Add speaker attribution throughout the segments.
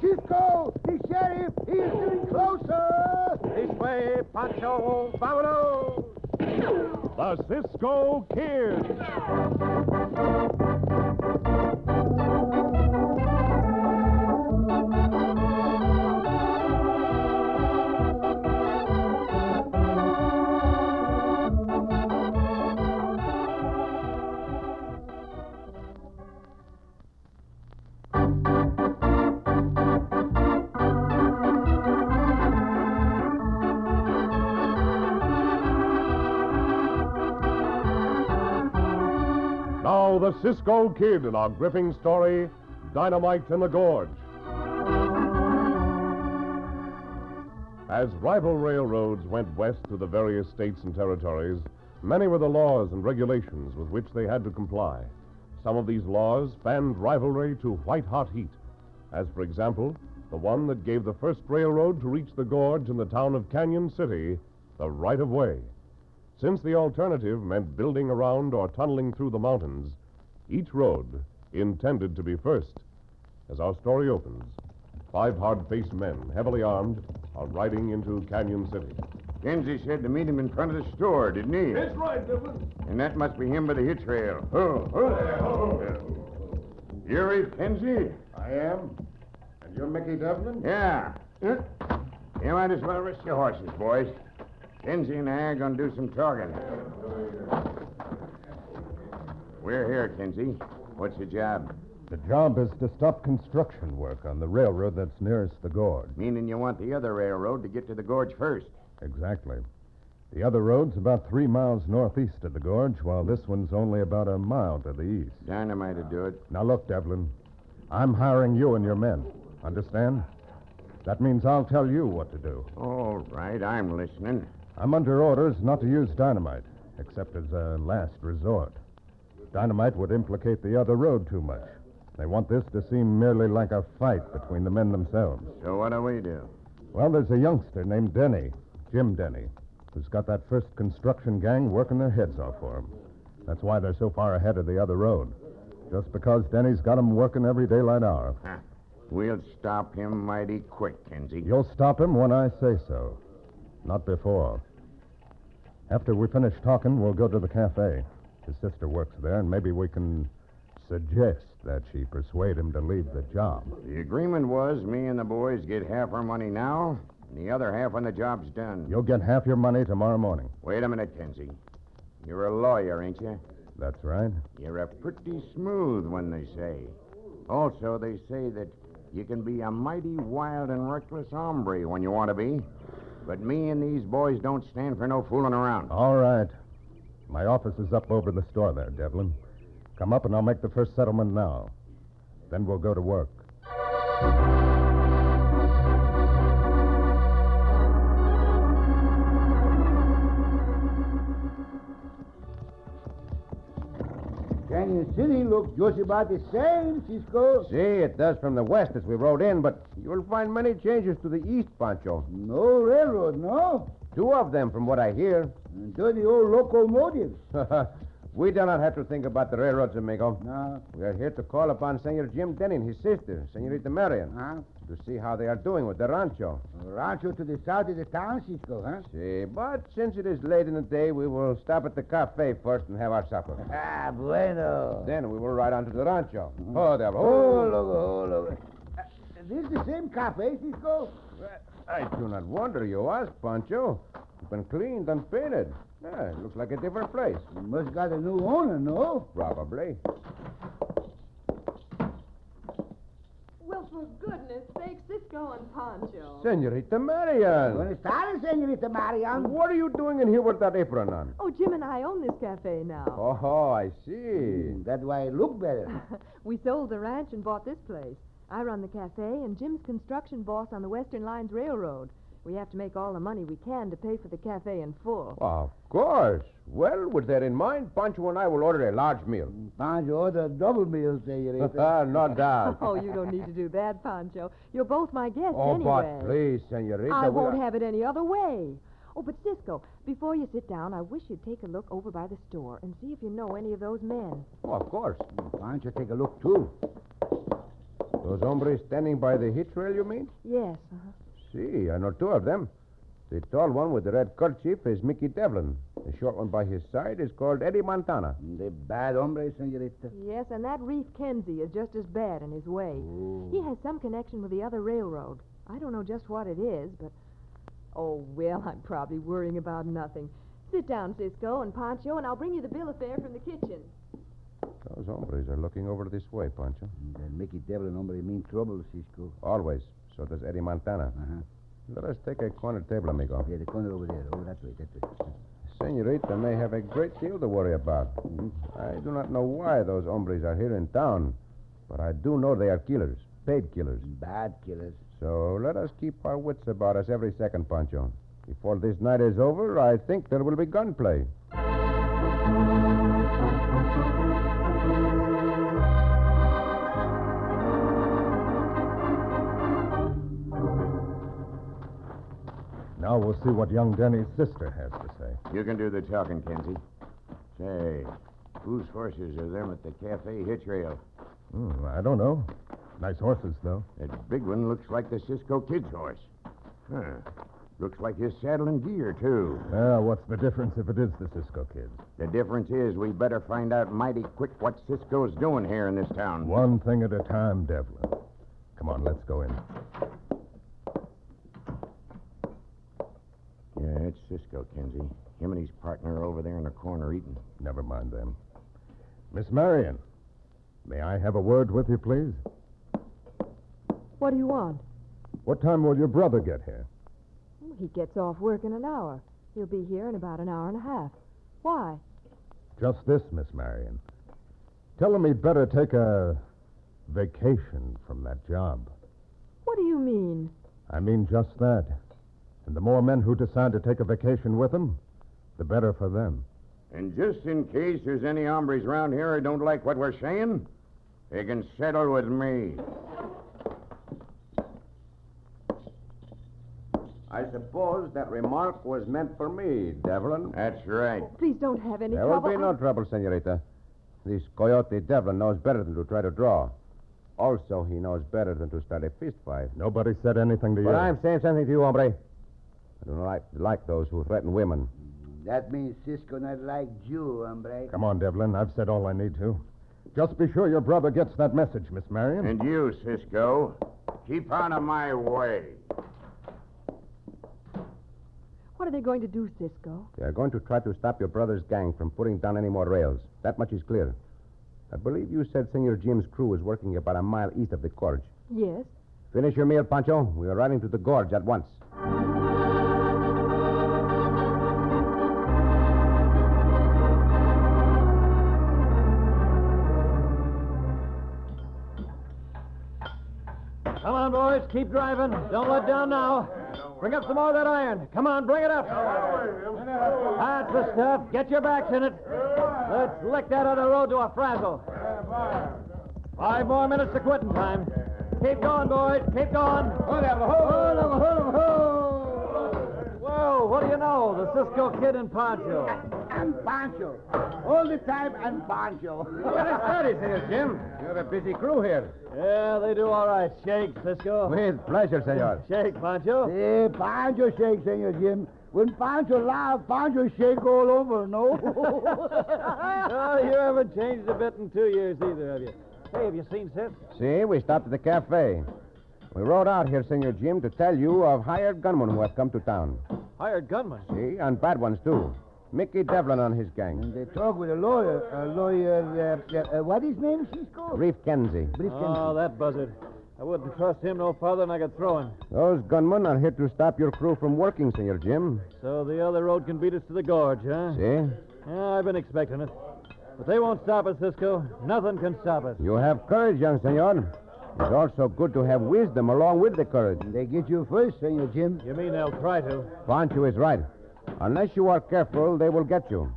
Speaker 1: Cisco, the sheriff, he is getting closer.
Speaker 2: This way, Pancho, vámonos. The Cisco Kid. Now, the Cisco Kid in our gripping story Dynamite in the Gorge. As rival railroads went west to the various states and territories, many were the laws and regulations with which they had to comply. Some of these laws fanned rivalry to white hot heat, as, for example, the one that gave the first railroad to reach the gorge in the town of Canyon City the right of way. Since the alternative meant building around or tunneling through the mountains, each road intended to be first. As our story opens, five hard faced men, heavily armed, are riding into Canyon City.
Speaker 1: Genzi said to meet him in front of the store, didn't he?
Speaker 3: That's right, Devlin.
Speaker 1: And that must be him by the hitch rail. Uh, Oh, You're it, Kenzie?
Speaker 3: I am. And you're Mickey Devlin?
Speaker 1: Yeah. You might as well rest your horses, boys. Kenzie and I are going to do some talking. We're here, Kenzie. What's your job?
Speaker 3: The job is to stop construction work on the railroad that's nearest the gorge.
Speaker 1: Meaning you want the other railroad to get to the gorge first.
Speaker 3: Exactly. The other road's about three miles northeast of the gorge, while this one's only about a mile to the east.
Speaker 1: Dynamite to do it.
Speaker 3: Now, look, Devlin, I'm hiring you and your men. Understand? That means I'll tell you what to do.
Speaker 1: All right, I'm listening.
Speaker 3: I'm under orders not to use dynamite, except as a last resort. Dynamite would implicate the other road too much. They want this to seem merely like a fight between the men themselves.
Speaker 1: So what do we do?
Speaker 3: Well, there's a youngster named Denny, Jim Denny, who's got that first construction gang working their heads off for him. That's why they're so far ahead of the other road. Just because Denny's got 'em working every daylight hour.
Speaker 1: Huh. We'll stop him mighty quick, Kenzie.
Speaker 3: You'll stop him when I say so. Not before. After we finish talking, we'll go to the cafe. His sister works there, and maybe we can suggest that she persuade him to leave the job.
Speaker 1: The agreement was me and the boys get half our money now, and the other half when the job's done.
Speaker 3: You'll get half your money tomorrow morning.
Speaker 1: Wait a minute, Kenzie. You're a lawyer, ain't you?
Speaker 3: That's right.
Speaker 1: You're a pretty smooth one, they say. Also, they say that you can be a mighty wild and reckless hombre when you want to be. But me and these boys don't stand for no fooling around.
Speaker 3: All right. My office is up over the store there, Devlin. Come up and I'll make the first settlement now. Then we'll go to work.
Speaker 4: Canyon City looks just about the same, Cisco.
Speaker 1: See, it does from the west as we rode in, but you'll find many changes to the east, Pancho.
Speaker 4: No railroad, no?
Speaker 1: Two of them, from what I hear.
Speaker 4: And dirty old locomotives.
Speaker 1: we do not have to think about the railroads, amigo.
Speaker 4: Now,
Speaker 1: We are here to call upon Senor Jim Denny and his sister, Senorita Marion,
Speaker 4: huh?
Speaker 1: to see how they are doing with the rancho.
Speaker 4: Rancho to the south of the town, Cisco, huh?
Speaker 1: See, but since it is late in the day, we will stop at the cafe first and have our supper.
Speaker 4: Ah, bueno.
Speaker 1: then we will ride on to the rancho. Oh, there.
Speaker 4: Hold over, hold over. Mm-hmm. Uh, This the same cafe, Cisco?
Speaker 1: Uh, I do not wonder you ask, Pancho. It's been cleaned and painted. Yeah, it looks like a different place.
Speaker 4: You must got a new owner, no?
Speaker 1: Probably.
Speaker 5: Well, for goodness sake, Cisco and Pancho.
Speaker 1: Senorita Marian.
Speaker 4: Buenos tardes, senorita Marian.
Speaker 1: What are you doing in here with that apron on?
Speaker 5: Oh, Jim and I own this cafe now.
Speaker 1: Oh, I see.
Speaker 4: That Mm, why it look better.
Speaker 5: We sold the ranch and bought this place. I run the cafe, and Jim's construction boss on the Western Lines Railroad. We have to make all the money we can to pay for the cafe in full.
Speaker 2: Of course. Well, with that in mind, Pancho and I will order a large meal.
Speaker 4: Mm. Pancho ordered double meal, senorita.
Speaker 2: Ah, no doubt.
Speaker 5: Oh, you don't need to do that, Pancho. You're both my guests
Speaker 2: Oh,
Speaker 5: anyway.
Speaker 2: but please, senorita.
Speaker 5: I
Speaker 2: we
Speaker 5: won't
Speaker 2: are-
Speaker 5: have it any other way. Oh, but Cisco, before you sit down, I wish you'd take a look over by the store and see if you know any of those men.
Speaker 2: Oh, of course.
Speaker 4: Mm, Pancho, take a look, too.
Speaker 2: Those hombres standing by the hitch rail, you mean?
Speaker 5: Yes. uh-huh.
Speaker 2: See, I know two of them. The tall one with the red kerchief is Mickey Devlin. The short one by his side is called Eddie Montana.
Speaker 4: The bad hombre, senorita.
Speaker 5: Yes, and that Reef Kenzie is just as bad in his way.
Speaker 1: Oh.
Speaker 5: He has some connection with the other railroad. I don't know just what it is, but. Oh, well, I'm probably worrying about nothing. Sit down, Cisco and Pancho, and I'll bring you the bill of fare from the kitchen.
Speaker 2: Those hombres are looking over this way, Pancho.
Speaker 4: That Mickey Devlin hombre mean trouble, Cisco.
Speaker 2: Always. So does Eddie Montana.
Speaker 4: Uh-huh.
Speaker 2: Let us take a corner table, amigo.
Speaker 4: Yeah, the corner over there. Over that way, that way.
Speaker 2: Senorita may have a great deal to worry about. I do not know why those hombres are here in town, but I do know they are killers, paid killers.
Speaker 4: Bad killers.
Speaker 2: So let us keep our wits about us every second, Pancho. Before this night is over, I think there will be gunplay.
Speaker 3: Now we'll see what young Denny's sister has to say.
Speaker 1: You can do the talking, Kenzie. Say, whose horses are them at the cafe hitch rail?
Speaker 3: Hmm, I don't know. Nice horses, though.
Speaker 1: That big one looks like the Cisco Kid's horse. Huh. Looks like his saddle and gear, too.
Speaker 3: Ah, what's the difference if it is the Cisco Kid?
Speaker 1: The difference is we better find out mighty quick what Cisco's doing here in this town.
Speaker 3: One thing at a time, Devlin. Come on, let's go in.
Speaker 1: Yeah, it's Cisco, Kenzie. Him and his partner over there in the corner eating.
Speaker 3: Never mind them. Miss Marion, may I have a word with you, please?
Speaker 5: What do you want?
Speaker 3: What time will your brother get here?
Speaker 5: Well, He gets off work in an hour. He'll be here in about an hour and a half. Why?
Speaker 3: Just this, Miss Marion. Tell him he'd better take a vacation from that job.
Speaker 5: What do you mean?
Speaker 3: I mean just that. And the more men who decide to take a vacation with him, the better for them.
Speaker 1: And just in case there's any hombres around here who don't like what we're saying, they can settle with me.
Speaker 2: I suppose that remark was meant for me, Devlin.
Speaker 1: That's right.
Speaker 5: Please don't have any
Speaker 2: There will
Speaker 5: trouble.
Speaker 2: be no trouble, senorita. This coyote Devlin knows better than to try to draw. Also, he knows better than to start a fist fight.
Speaker 3: Nobody said anything to you.
Speaker 2: But I'm saying something to you, hombre. I do not like, like those who threaten women.
Speaker 4: That means Cisco not like you, hombre.
Speaker 3: Come on, Devlin. I've said all I need to. Just be sure your brother gets that message, Miss Marion.
Speaker 1: And you, Cisco, keep out of my way.
Speaker 5: What are they going to do, Cisco?
Speaker 2: They are going to try to stop your brother's gang from putting down any more rails. That much is clear. I believe you said Senor Jim's crew was working about a mile east of the gorge.
Speaker 5: Yes.
Speaker 2: Finish your meal, Pancho. We are riding to the gorge at once.
Speaker 6: Come on, boys. Keep driving. Don't let down now. Bring up some more of that iron. Come on, bring it up. That's the stuff. Get your backs in it. Let's lick that other road to a frazzle. Five more minutes to quitting time. Keep going, boys. Keep going. Whoa, what do you know? The Cisco Kid and Poncho.
Speaker 4: I'm Pancho. All the time, I'm Pancho.
Speaker 2: You're a busy crew here.
Speaker 6: Yeah, they do all right. Shake, Cisco.
Speaker 2: With pleasure, senor.
Speaker 6: Shake, Poncho.
Speaker 4: Eh, Pancho shake, Senor Jim. When Pancho laugh, Pancho shake all over, no?
Speaker 6: oh, you haven't changed a bit in two years either, have you? Hey, have you seen Sis?
Speaker 2: See, we stopped at the cafe. We rode out here, Senor Jim, to tell you of hired gunmen who have come to town.
Speaker 6: Hired gunman.
Speaker 2: See, and bad ones, too. Mickey Devlin on his gang.
Speaker 4: they talk with a lawyer. A lawyer, uh, uh, what his name, Cisco?
Speaker 2: Reef Kenzie.
Speaker 4: Brief
Speaker 6: Oh, that buzzard. I wouldn't trust him no farther than I could throw him.
Speaker 2: Those gunmen are here to stop your crew from working, Senor Jim.
Speaker 6: So the other road can beat us to the gorge, huh?
Speaker 2: See?
Speaker 6: Yeah, I've been expecting it. But they won't stop us, Cisco. Nothing can stop us.
Speaker 2: You have courage, young senor.
Speaker 1: It's also good to have wisdom along with the courage.
Speaker 4: They get you first, Senor Jim.
Speaker 6: You mean they'll try to?
Speaker 1: Pancho is right. Unless you are careful, they will get you.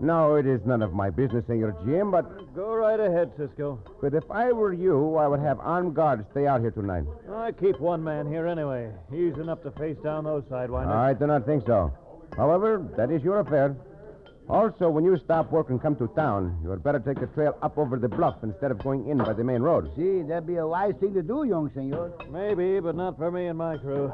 Speaker 1: No, it is none of my business, Senor Jim, but,
Speaker 6: Go right ahead, Cisco.
Speaker 1: but if I were you, I would have armed guards stay out here tonight.
Speaker 6: I keep one man here anyway. He's enough to face down those sidewinders.
Speaker 1: I do not think so. However, that is your affair. Also, when you stop work and come to town, you had better take the trail up over the bluff instead of going in by the main road.
Speaker 4: See, that'd be a wise thing to do, young senor.
Speaker 6: Maybe, but not for me and my crew.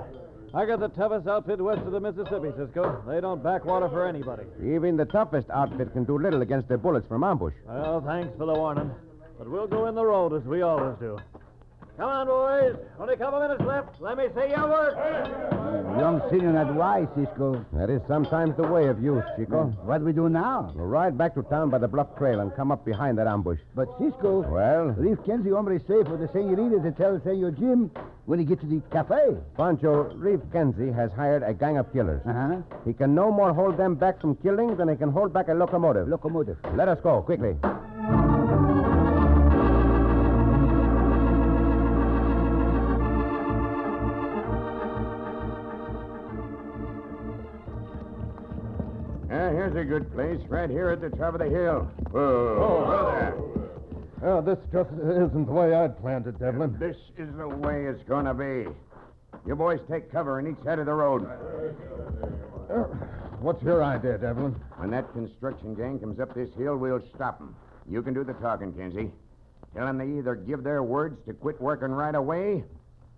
Speaker 6: I got the toughest outfit west of the Mississippi, Cisco. They don't backwater for anybody.
Speaker 1: Even the toughest outfit can do little against the bullets from ambush.
Speaker 6: Well, thanks for the warning. But we'll go in the road as we always do. Come on, boys. Only a couple minutes left. Let me see your work.
Speaker 4: Young senor not wise, Cisco.
Speaker 1: That is sometimes the way of youth, Chico.
Speaker 4: What we do now?
Speaker 1: We'll ride back to town by the bluff trail and come up behind that ambush.
Speaker 4: But Cisco,
Speaker 1: Well,
Speaker 4: leave Kenzie hombre safe for the senorita to tell Senor Jim when he gets to the cafe.
Speaker 1: Pancho, Reeve Kenzie has hired a gang of killers.
Speaker 4: Uh-huh.
Speaker 1: He can no more hold them back from killing than he can hold back a locomotive.
Speaker 4: Locomotive.
Speaker 1: Let us go, quickly. Uh, here's a good place, right here at the top of the hill. Oh, brother.
Speaker 3: Well, Oh, this just isn't the way I'd planned it, Devlin.
Speaker 1: This is the way it's going to be. You boys take cover on each side of the road.
Speaker 3: Uh, What's your idea, Devlin?
Speaker 1: When that construction gang comes up this hill, we'll stop them. You can do the talking, Kinsey. Tell them they either give their words to quit working right away,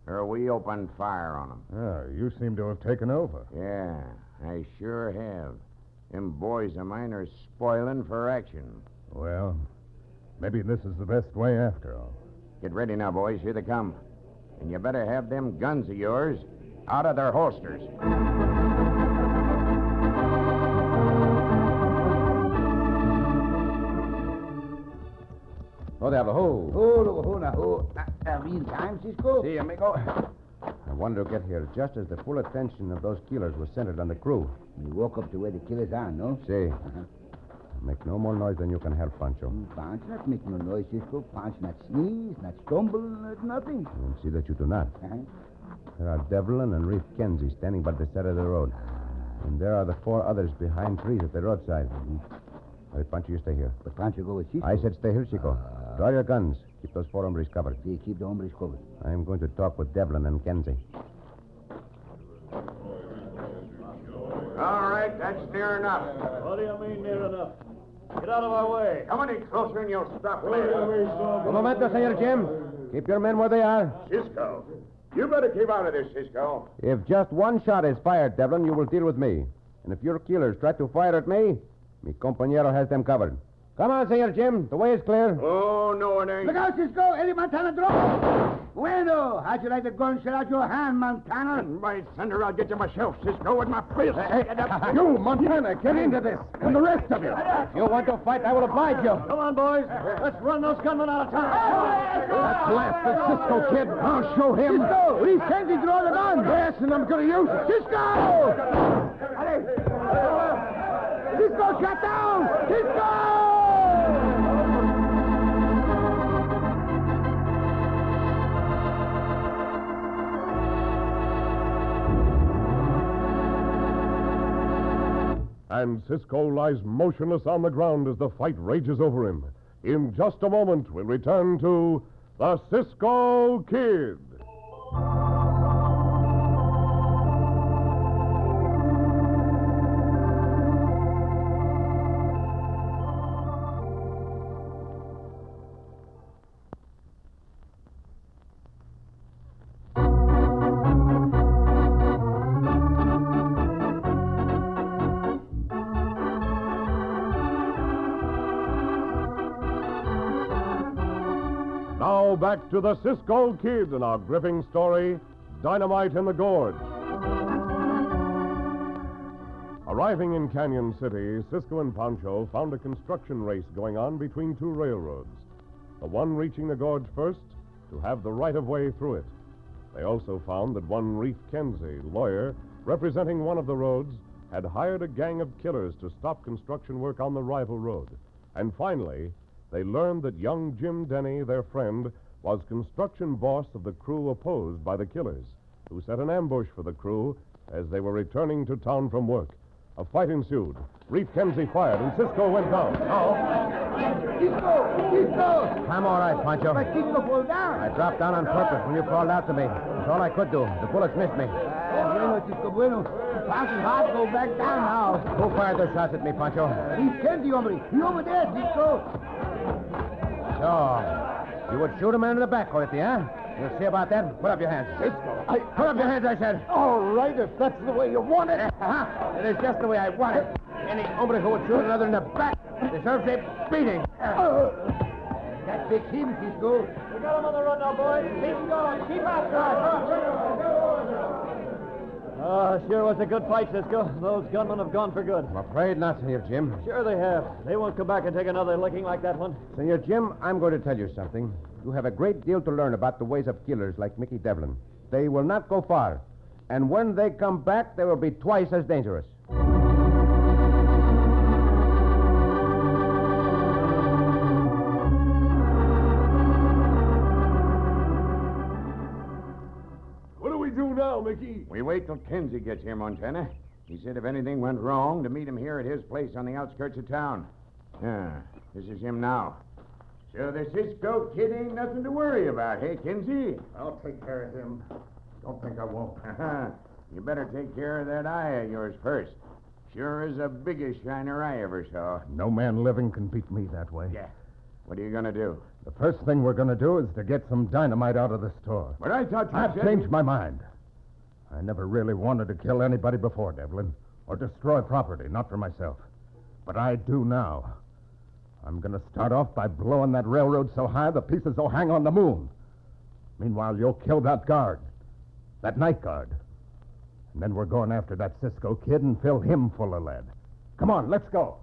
Speaker 1: or we open fire on them.
Speaker 3: Ah, you seem to have taken over.
Speaker 1: Yeah, I sure have. Them boys of mine are spoiling for action.
Speaker 3: Well, maybe this is the best way after all.
Speaker 1: Get ready now, boys. Here they come. And you better have them guns of yours out of their holsters. Oh, diablo, ho!
Speaker 4: Hold, oh, hold, now, hold. Uh, uh, mean time, Cisco?
Speaker 1: See, amigo. I wanted to get here just as the full attention of those killers was centered on the crew.
Speaker 4: We walk up Uh-huh. to where the killers are, no?
Speaker 1: See, make no more noise than you can help, Pancho.
Speaker 4: Punch not make no noise, Cisco. Punch not sneeze, not stumble, not nothing.
Speaker 1: And see that you do not.
Speaker 4: Uh-huh.
Speaker 1: There are Devlin and Reef Kenzie standing by the side of the road. And there are the four others behind trees at the roadside. All right, Pancho, you stay here.
Speaker 4: But Pancho go with Cisco.
Speaker 1: I said stay here, Chico. Draw your guns. Keep those four hombres covered.
Speaker 4: They Uh, keep the hombres covered.
Speaker 1: I am going to talk with Devlin and Kenzie. All right, that's near enough.
Speaker 6: What do you mean near enough? Get out of our way.
Speaker 1: Come any closer and you'll stop
Speaker 6: Come
Speaker 1: momento, Senor Jim. Keep your men where they are.
Speaker 7: Cisco, you better keep out of this, Cisco.
Speaker 1: If just one shot is fired, Devlin, you will deal with me. And if your killers try to fire at me, mi compañero has them covered. Come on, Senor Jim. The way is clear.
Speaker 7: Oh, no, it ain't.
Speaker 4: Look out, Cisco! Eddie Montana drop! Bueno, how'd you like the gunshot out your hand, Montana?
Speaker 7: By thunder, I'll get you myself, Cisco, with my fist.
Speaker 1: you, Montana, get into this. And the rest of you. If you want to fight, I will oblige you.
Speaker 6: on, boys. Let's run those gunmen out of town.
Speaker 1: That blasted Cisco kid. I'll show him. Cisco, he's trying to draw the gun. Yes, and I'm going to use it. Cisco! Cisco, shut down! Cisco!
Speaker 2: And Cisco lies motionless on the ground as the fight rages over him. In just a moment, we'll return to the Cisco Kid. Now back to the Cisco Kid and our gripping story Dynamite in the Gorge. Arriving in Canyon City, Cisco and Pancho found a construction race going on between two railroads. The one reaching the gorge first to have the right of way through it. They also found that one Reef Kenzie, lawyer, representing one of the roads, had hired a gang of killers to stop construction work on the rival road. And finally, they learned that young Jim Denny, their friend, was construction boss of the crew opposed by the killers, who set an ambush for the crew as they were returning to town from work. A fight ensued. Reef Kenzie fired, and Cisco went down.
Speaker 4: Cisco! Cisco!
Speaker 1: I'm all right, Pancho.
Speaker 4: But Cisco fall
Speaker 1: I
Speaker 4: down.
Speaker 1: dropped down on purpose when you called out to me. It's all I could do. The bullets missed me.
Speaker 4: Ah, bueno, Cisco, bueno. Pass is hard, go back down now.
Speaker 1: Who fired those shots at me, Pancho?
Speaker 4: He's Kenzie, hombre. He over there, Cisco.
Speaker 1: So, you would shoot a man in the back, Coletti, huh? You'll see about that. Put up your hands. Cisco, I... Put up your hands, I said.
Speaker 4: All right, if that's the way you want it.
Speaker 1: Uh-huh. It is just the way I want it. Any hombre who would shoot another in the back deserves a beating.
Speaker 4: Uh-huh. That fix him, Cisco.
Speaker 6: We got him on the run now, boys. Keep him going. Keep after him. Ah, sure was a good fight, Cisco. Those gunmen have gone for good.
Speaker 1: I'm afraid not, Senor Jim.
Speaker 6: Sure they have. They won't come back and take another licking like that one.
Speaker 1: Senor Jim, I'm going to tell you something. You have a great deal to learn about the ways of killers like Mickey Devlin. They will not go far. And when they come back, they will be twice as dangerous.
Speaker 2: What do we do now, Mickey?
Speaker 1: We wait till Kinsey gets here, Montana. He said if anything went wrong, to meet him here at his place on the outskirts of town. Yeah, this is him now. So the Cisco kid ain't nothing to worry about, hey, Kinsey?
Speaker 7: I'll take care of him. Don't think I won't.
Speaker 1: Uh-huh. you better take care of that eye of yours first. Sure is the biggest shiner I ever saw.
Speaker 3: No man living can beat me that way.
Speaker 1: Yeah. What are you going to do?
Speaker 3: The first thing we're going to do is to get some dynamite out of the store.
Speaker 1: But I thought you
Speaker 3: I've
Speaker 1: said...
Speaker 3: changed my mind. I never really wanted to kill anybody before, Devlin, or destroy property, not for myself. But I do now. I'm going to start off by blowing that railroad so high the pieces will hang on the moon. Meanwhile, you'll kill that guard, that night guard. And then we're going after that Cisco kid and fill him full of lead. Come on, let's go.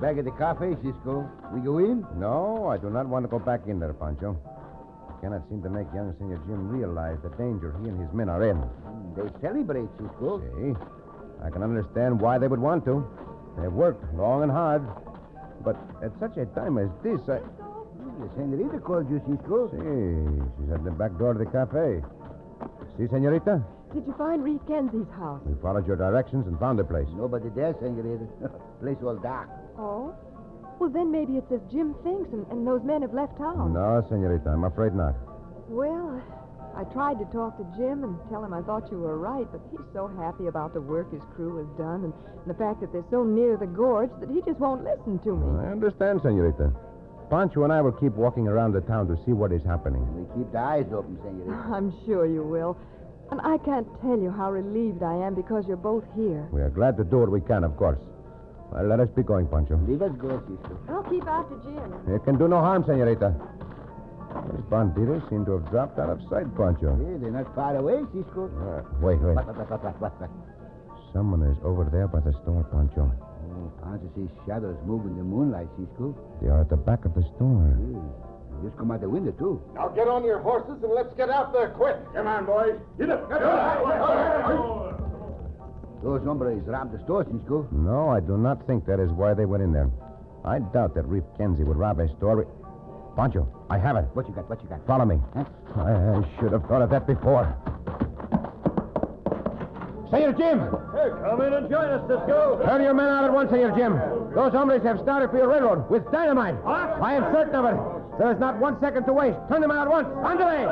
Speaker 4: Back at the cafe, Cisco. We go in?
Speaker 1: No, I do not want to go back in there, Pancho. I cannot seem to make young Senor Jim realize the danger he and his men are in.
Speaker 4: Mm, They celebrate, Cisco.
Speaker 1: See? I can understand why they would want to. They've worked long and hard. But at such a time as this, I.
Speaker 4: The senorita called you, Cisco.
Speaker 1: Hey, she's at the back door of the cafe. See, senorita?
Speaker 5: Did you find Reed Kenzie's house?
Speaker 1: We followed your directions and found the place.
Speaker 4: Nobody there, senorita. Place all dark.
Speaker 5: Oh? Well, then maybe it's this Jim thinks and, and those men have left town.
Speaker 1: No, senorita, I'm afraid not.
Speaker 5: Well, I tried to talk to Jim and tell him I thought you were right, but he's so happy about the work his crew has done and, and the fact that they're so near the gorge that he just won't listen to me.
Speaker 1: I understand, senorita. Pancho and I will keep walking around the town to see what is happening.
Speaker 4: We keep the eyes open, senorita.
Speaker 5: I'm sure you will. And I can't tell you how relieved I am because you're both here.
Speaker 1: We are glad to do what we can, of course. Well, let us be going, Pancho.
Speaker 4: Leave us go, Cisco.
Speaker 5: I'll keep after Jim.
Speaker 1: It can do no harm, senorita. Those bandidos seem to have dropped out of sight, Pancho.
Speaker 4: Hey, they're not far away, Cisco.
Speaker 1: Uh, wait, wait.
Speaker 4: What, what, what, what, what, what?
Speaker 1: Someone is over there by the store, Pancho.
Speaker 4: Oh, can't you see shadows move in the moonlight, Cisco?
Speaker 1: They are at the back of the store.
Speaker 4: Hey, just come out the window, too.
Speaker 7: Now get on your horses and let's get out there quick. Come on, boys. Get up. Get up.
Speaker 4: Those hombres robbed the store, Cisco.
Speaker 1: No, I do not think that is why they went in there. I doubt that Reef Kenzie would rob a store. Pancho, I have it.
Speaker 4: What you got? What you got?
Speaker 1: Follow me.
Speaker 4: Huh?
Speaker 1: I, I should have thought of that before. Senor Jim!
Speaker 6: Hey, come in and join us, Cisco.
Speaker 1: Turn your men out at once, Senor Jim. Those hombres have started for your railroad with dynamite. I am certain of it. There is not one second to waste. Turn them out at once. Andale!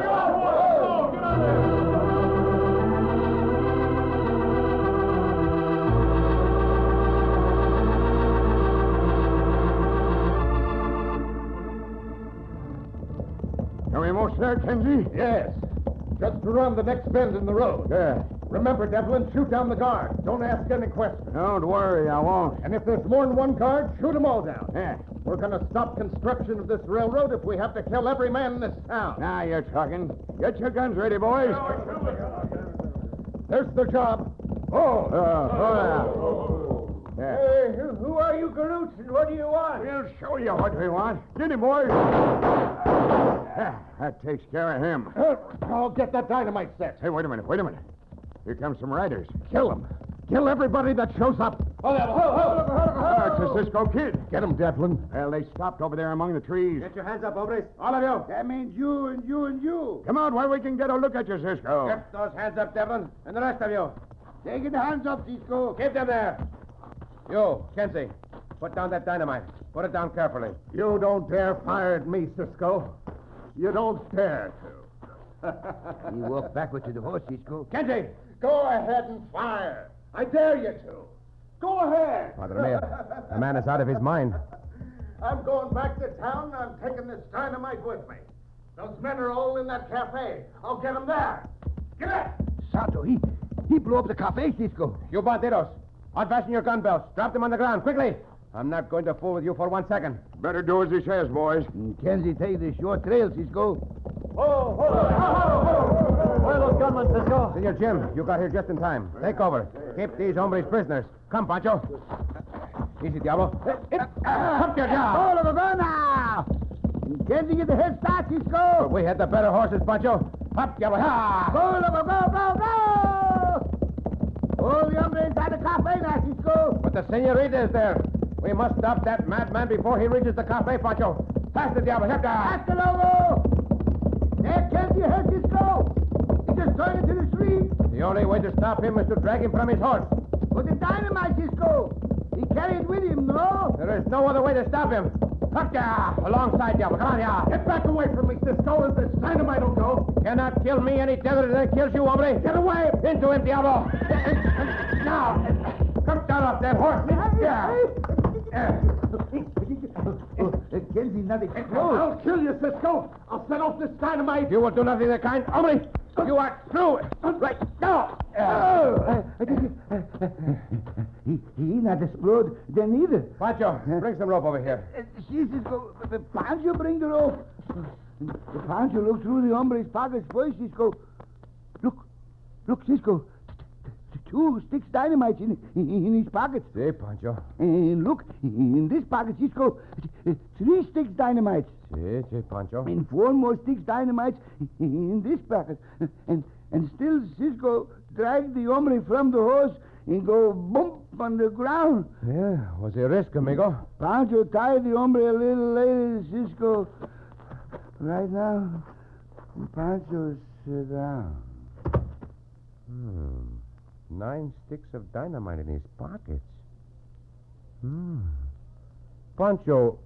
Speaker 7: Are we almost there, Kenzie? Yes. Just around the next bend in the road. Yeah. Remember, Devlin, shoot down the guard. Don't ask any questions.
Speaker 1: Don't worry, I won't.
Speaker 7: And if there's more than one guard, shoot them all down.
Speaker 1: Yeah.
Speaker 7: We're going to stop construction of this railroad if we have to kill every man in this town.
Speaker 1: Now you're talking. Get your guns ready, boys.
Speaker 7: There's the job. Oh,
Speaker 1: oh, yeah. Yeah.
Speaker 6: who, who are you, Galoots, and what do you want?
Speaker 7: We'll show you what we want. Get him, boys.
Speaker 2: that takes care of him.
Speaker 1: Uh, I'll get that dynamite set.
Speaker 2: Hey, wait a minute, wait a minute. Here come some riders.
Speaker 1: Kill him. Kill everybody that shows up. Oh, ho, ho,
Speaker 2: Ah, it's a Cisco kid.
Speaker 1: Get him, Devlin.
Speaker 2: Well, they stopped over there among the trees.
Speaker 8: Get your hands up, Obris.
Speaker 1: All of you.
Speaker 4: That means you and you and you.
Speaker 2: Come out where we can get a look at you, Cisco.
Speaker 1: Get those hands up, Devlin, and the rest of you.
Speaker 4: Take your hands up, Cisco.
Speaker 1: Keep them there. You, Kenzie, put down that dynamite. Put it down carefully. You don't dare fire at me, Cisco. You don't dare to.
Speaker 2: You walk backward to the horse, Cisco.
Speaker 1: Kenzie, go ahead and fire. I dare you to. Go ahead.
Speaker 9: Padre Mio, the man is out of his mind.
Speaker 1: I'm going back to town. I'm taking this dynamite with me. Those men are all in that cafe. I'll get them there. Get it!
Speaker 4: Santo, he, he blew up the cafe, Cisco.
Speaker 1: You bandidos, unfasten your gun belts. Drop them on the ground, quickly. I'm not going to fool with you for one second. Mm,
Speaker 2: Better do as he says, boys.
Speaker 4: Kenzie, take the short trail, Cisco.
Speaker 8: Oh, hold on. Where are those gunmen, Cisco?
Speaker 1: Senor Jim, you got here just in time. Take over. Keep these hombres prisoners. Come, Pancho. Easy, Diablo.
Speaker 4: Eh,
Speaker 1: Up your job.
Speaker 4: All of now. Kenzie, get the head start, Cisco.
Speaker 1: We had the better horses, Pancho. Up, Diablo.
Speaker 4: Go,
Speaker 1: Ha!
Speaker 4: Lobo, go, go, go! All the hombres inside the cafe now, Cisco.
Speaker 1: But the senorita is there. We must stop that madman before he reaches the cafe, Pancho. Faster, Diablo. Help down.
Speaker 4: Hasta Lobo! There, Kenzie, head, Cisco. He just turned into the street
Speaker 1: The only way to stop him is to drag him from his horse.
Speaker 4: with the dynamite, Cisco. He carried it with him, no?
Speaker 1: There is no other way to stop him. Up, ya! Alongside, Diablo. Come on, ya! Get back away from me, Cisco, if this dynamite will go. Cannot kill me any deader than it kills you, hombre. Get away! Into him, Diablo! now! Come down off that horse. Yeah.
Speaker 4: Kenzie, not
Speaker 1: I'll kill you, Cisco. I'll set off this dynamite. You will do nothing of the kind, hombre. You are through. Right now. Oh.
Speaker 4: He, he not explode, then either.
Speaker 1: Pancho, bring some rope over here.
Speaker 4: She Eh, Cisco, the Pancho bring the rope. The Pancho look through the hombre's pockets first, Cisco. Look, look, Cisco. Two sticks dynamite in, in his pockets.
Speaker 1: See, Pancho.
Speaker 4: And look, in this pocket, Cisco, three sticks dynamite.
Speaker 1: See, see, Pancho.
Speaker 4: And four more sticks dynamite in this pocket. And, and still Cisco drag the hombre from the horse and go bump on the ground.
Speaker 1: Yeah, was a risk, amigo.
Speaker 4: Pancho tied the hombre a little later, Cisco. Right now, Pancho sit down.
Speaker 1: Hmm. Nine sticks of dynamite in his pockets. Hmm. Pancho,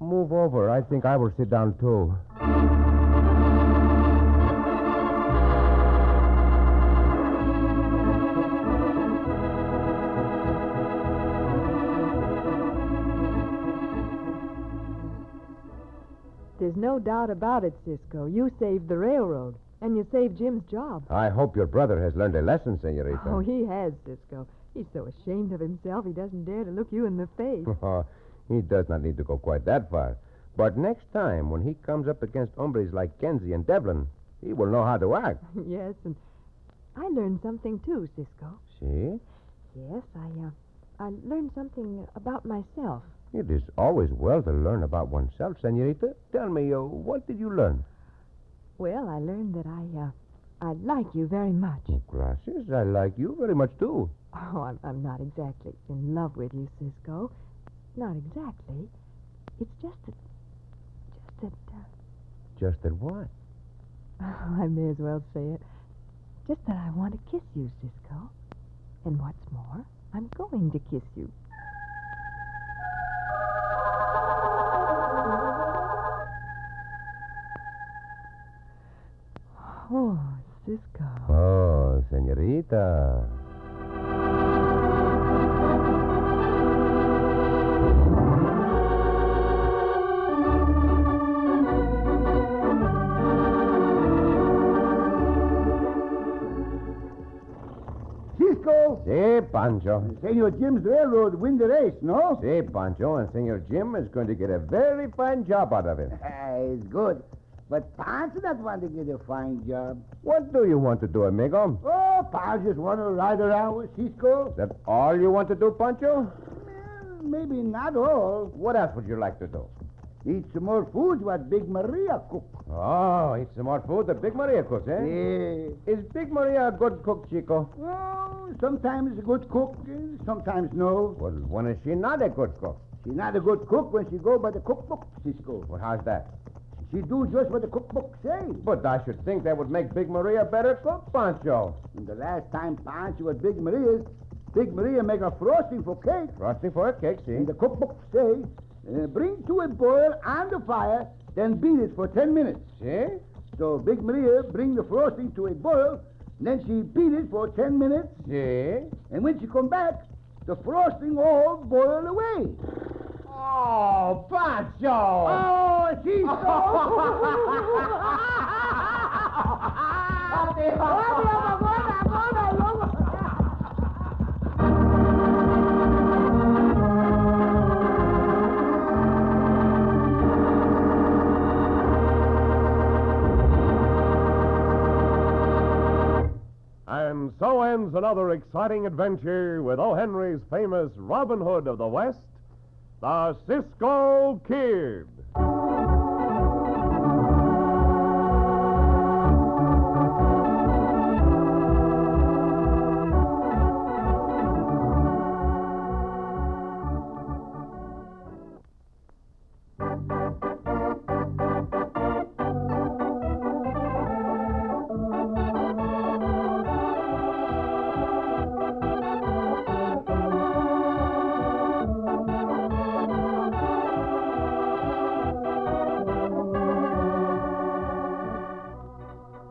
Speaker 1: move over. I think I will sit down too.
Speaker 5: There's no doubt about it, Cisco. You saved the railroad, and you saved Jim's job.
Speaker 1: I hope your brother has learned a lesson, Senorita.
Speaker 5: Oh, he has, Cisco. He's so ashamed of himself he doesn't dare to look you in the face.
Speaker 1: he does not need to go quite that far. But next time, when he comes up against hombres like Kenzie and Devlin, he will know how to act.
Speaker 5: yes, and I learned something too, Cisco.
Speaker 1: See?
Speaker 5: Yes, I uh, I learned something about myself.
Speaker 1: It is always well to learn about oneself, Senorita. Tell me, uh, what did you learn?
Speaker 5: Well, I learned that I uh, I like you very much.
Speaker 1: Gracias. I like you very much, too.
Speaker 5: Oh, I'm, I'm not exactly in love with you, Cisco. Not exactly. It's just that, just that. Uh,
Speaker 1: Just at what?
Speaker 5: Oh, I may as well say it. Just that I want to kiss you, Cisco. And what's more, I'm going to kiss you. Oh, Cisco.
Speaker 1: Oh, senorita.
Speaker 4: Cisco,
Speaker 1: Si, Pancho.
Speaker 4: Senor Jim's railroad win the race, no?
Speaker 1: Si, Pancho, and Senor Jim is going to get a very fine job out of it.
Speaker 4: Ah, it's good. But Pancho not want to get a fine job.
Speaker 1: What do you want to do, amigo?
Speaker 4: Oh, Pancho just want to ride around with Cisco.
Speaker 1: Is that all you want to do, Pancho?
Speaker 4: Eh, Maybe not all.
Speaker 1: What else would you like to do? Eat some more food what Big Maria cook.
Speaker 10: Oh, it's some more food that Big Maria cooks, eh?
Speaker 1: Yes.
Speaker 10: Is Big Maria a good cook, Chico?
Speaker 1: Well, sometimes a good cook, eh, sometimes no.
Speaker 10: Well, when is she not a good cook?
Speaker 1: She not a good cook when she go by the cookbook, Cisco.
Speaker 10: Well, how's that?
Speaker 1: She do just what the cookbook say.
Speaker 10: But I should think that would make Big Maria better cook, Pancho.
Speaker 1: And the last time Pancho was Big Maria's, Big Maria make a frosting for cake.
Speaker 10: Frosting for a cake, see?
Speaker 1: And the cookbook say, uh, bring to a boil on the fire, then beat it for 10 minutes.
Speaker 10: See?
Speaker 1: So Big Maria bring the frosting to a boil, then she beat it for 10 minutes,
Speaker 10: See?
Speaker 1: and when she come back, the frosting all boil away.
Speaker 11: Oh, Pancho!
Speaker 1: Oh, she's
Speaker 2: And so ends another exciting adventure with O. Henry's famous Robin Hood of the West, the Cisco Kid.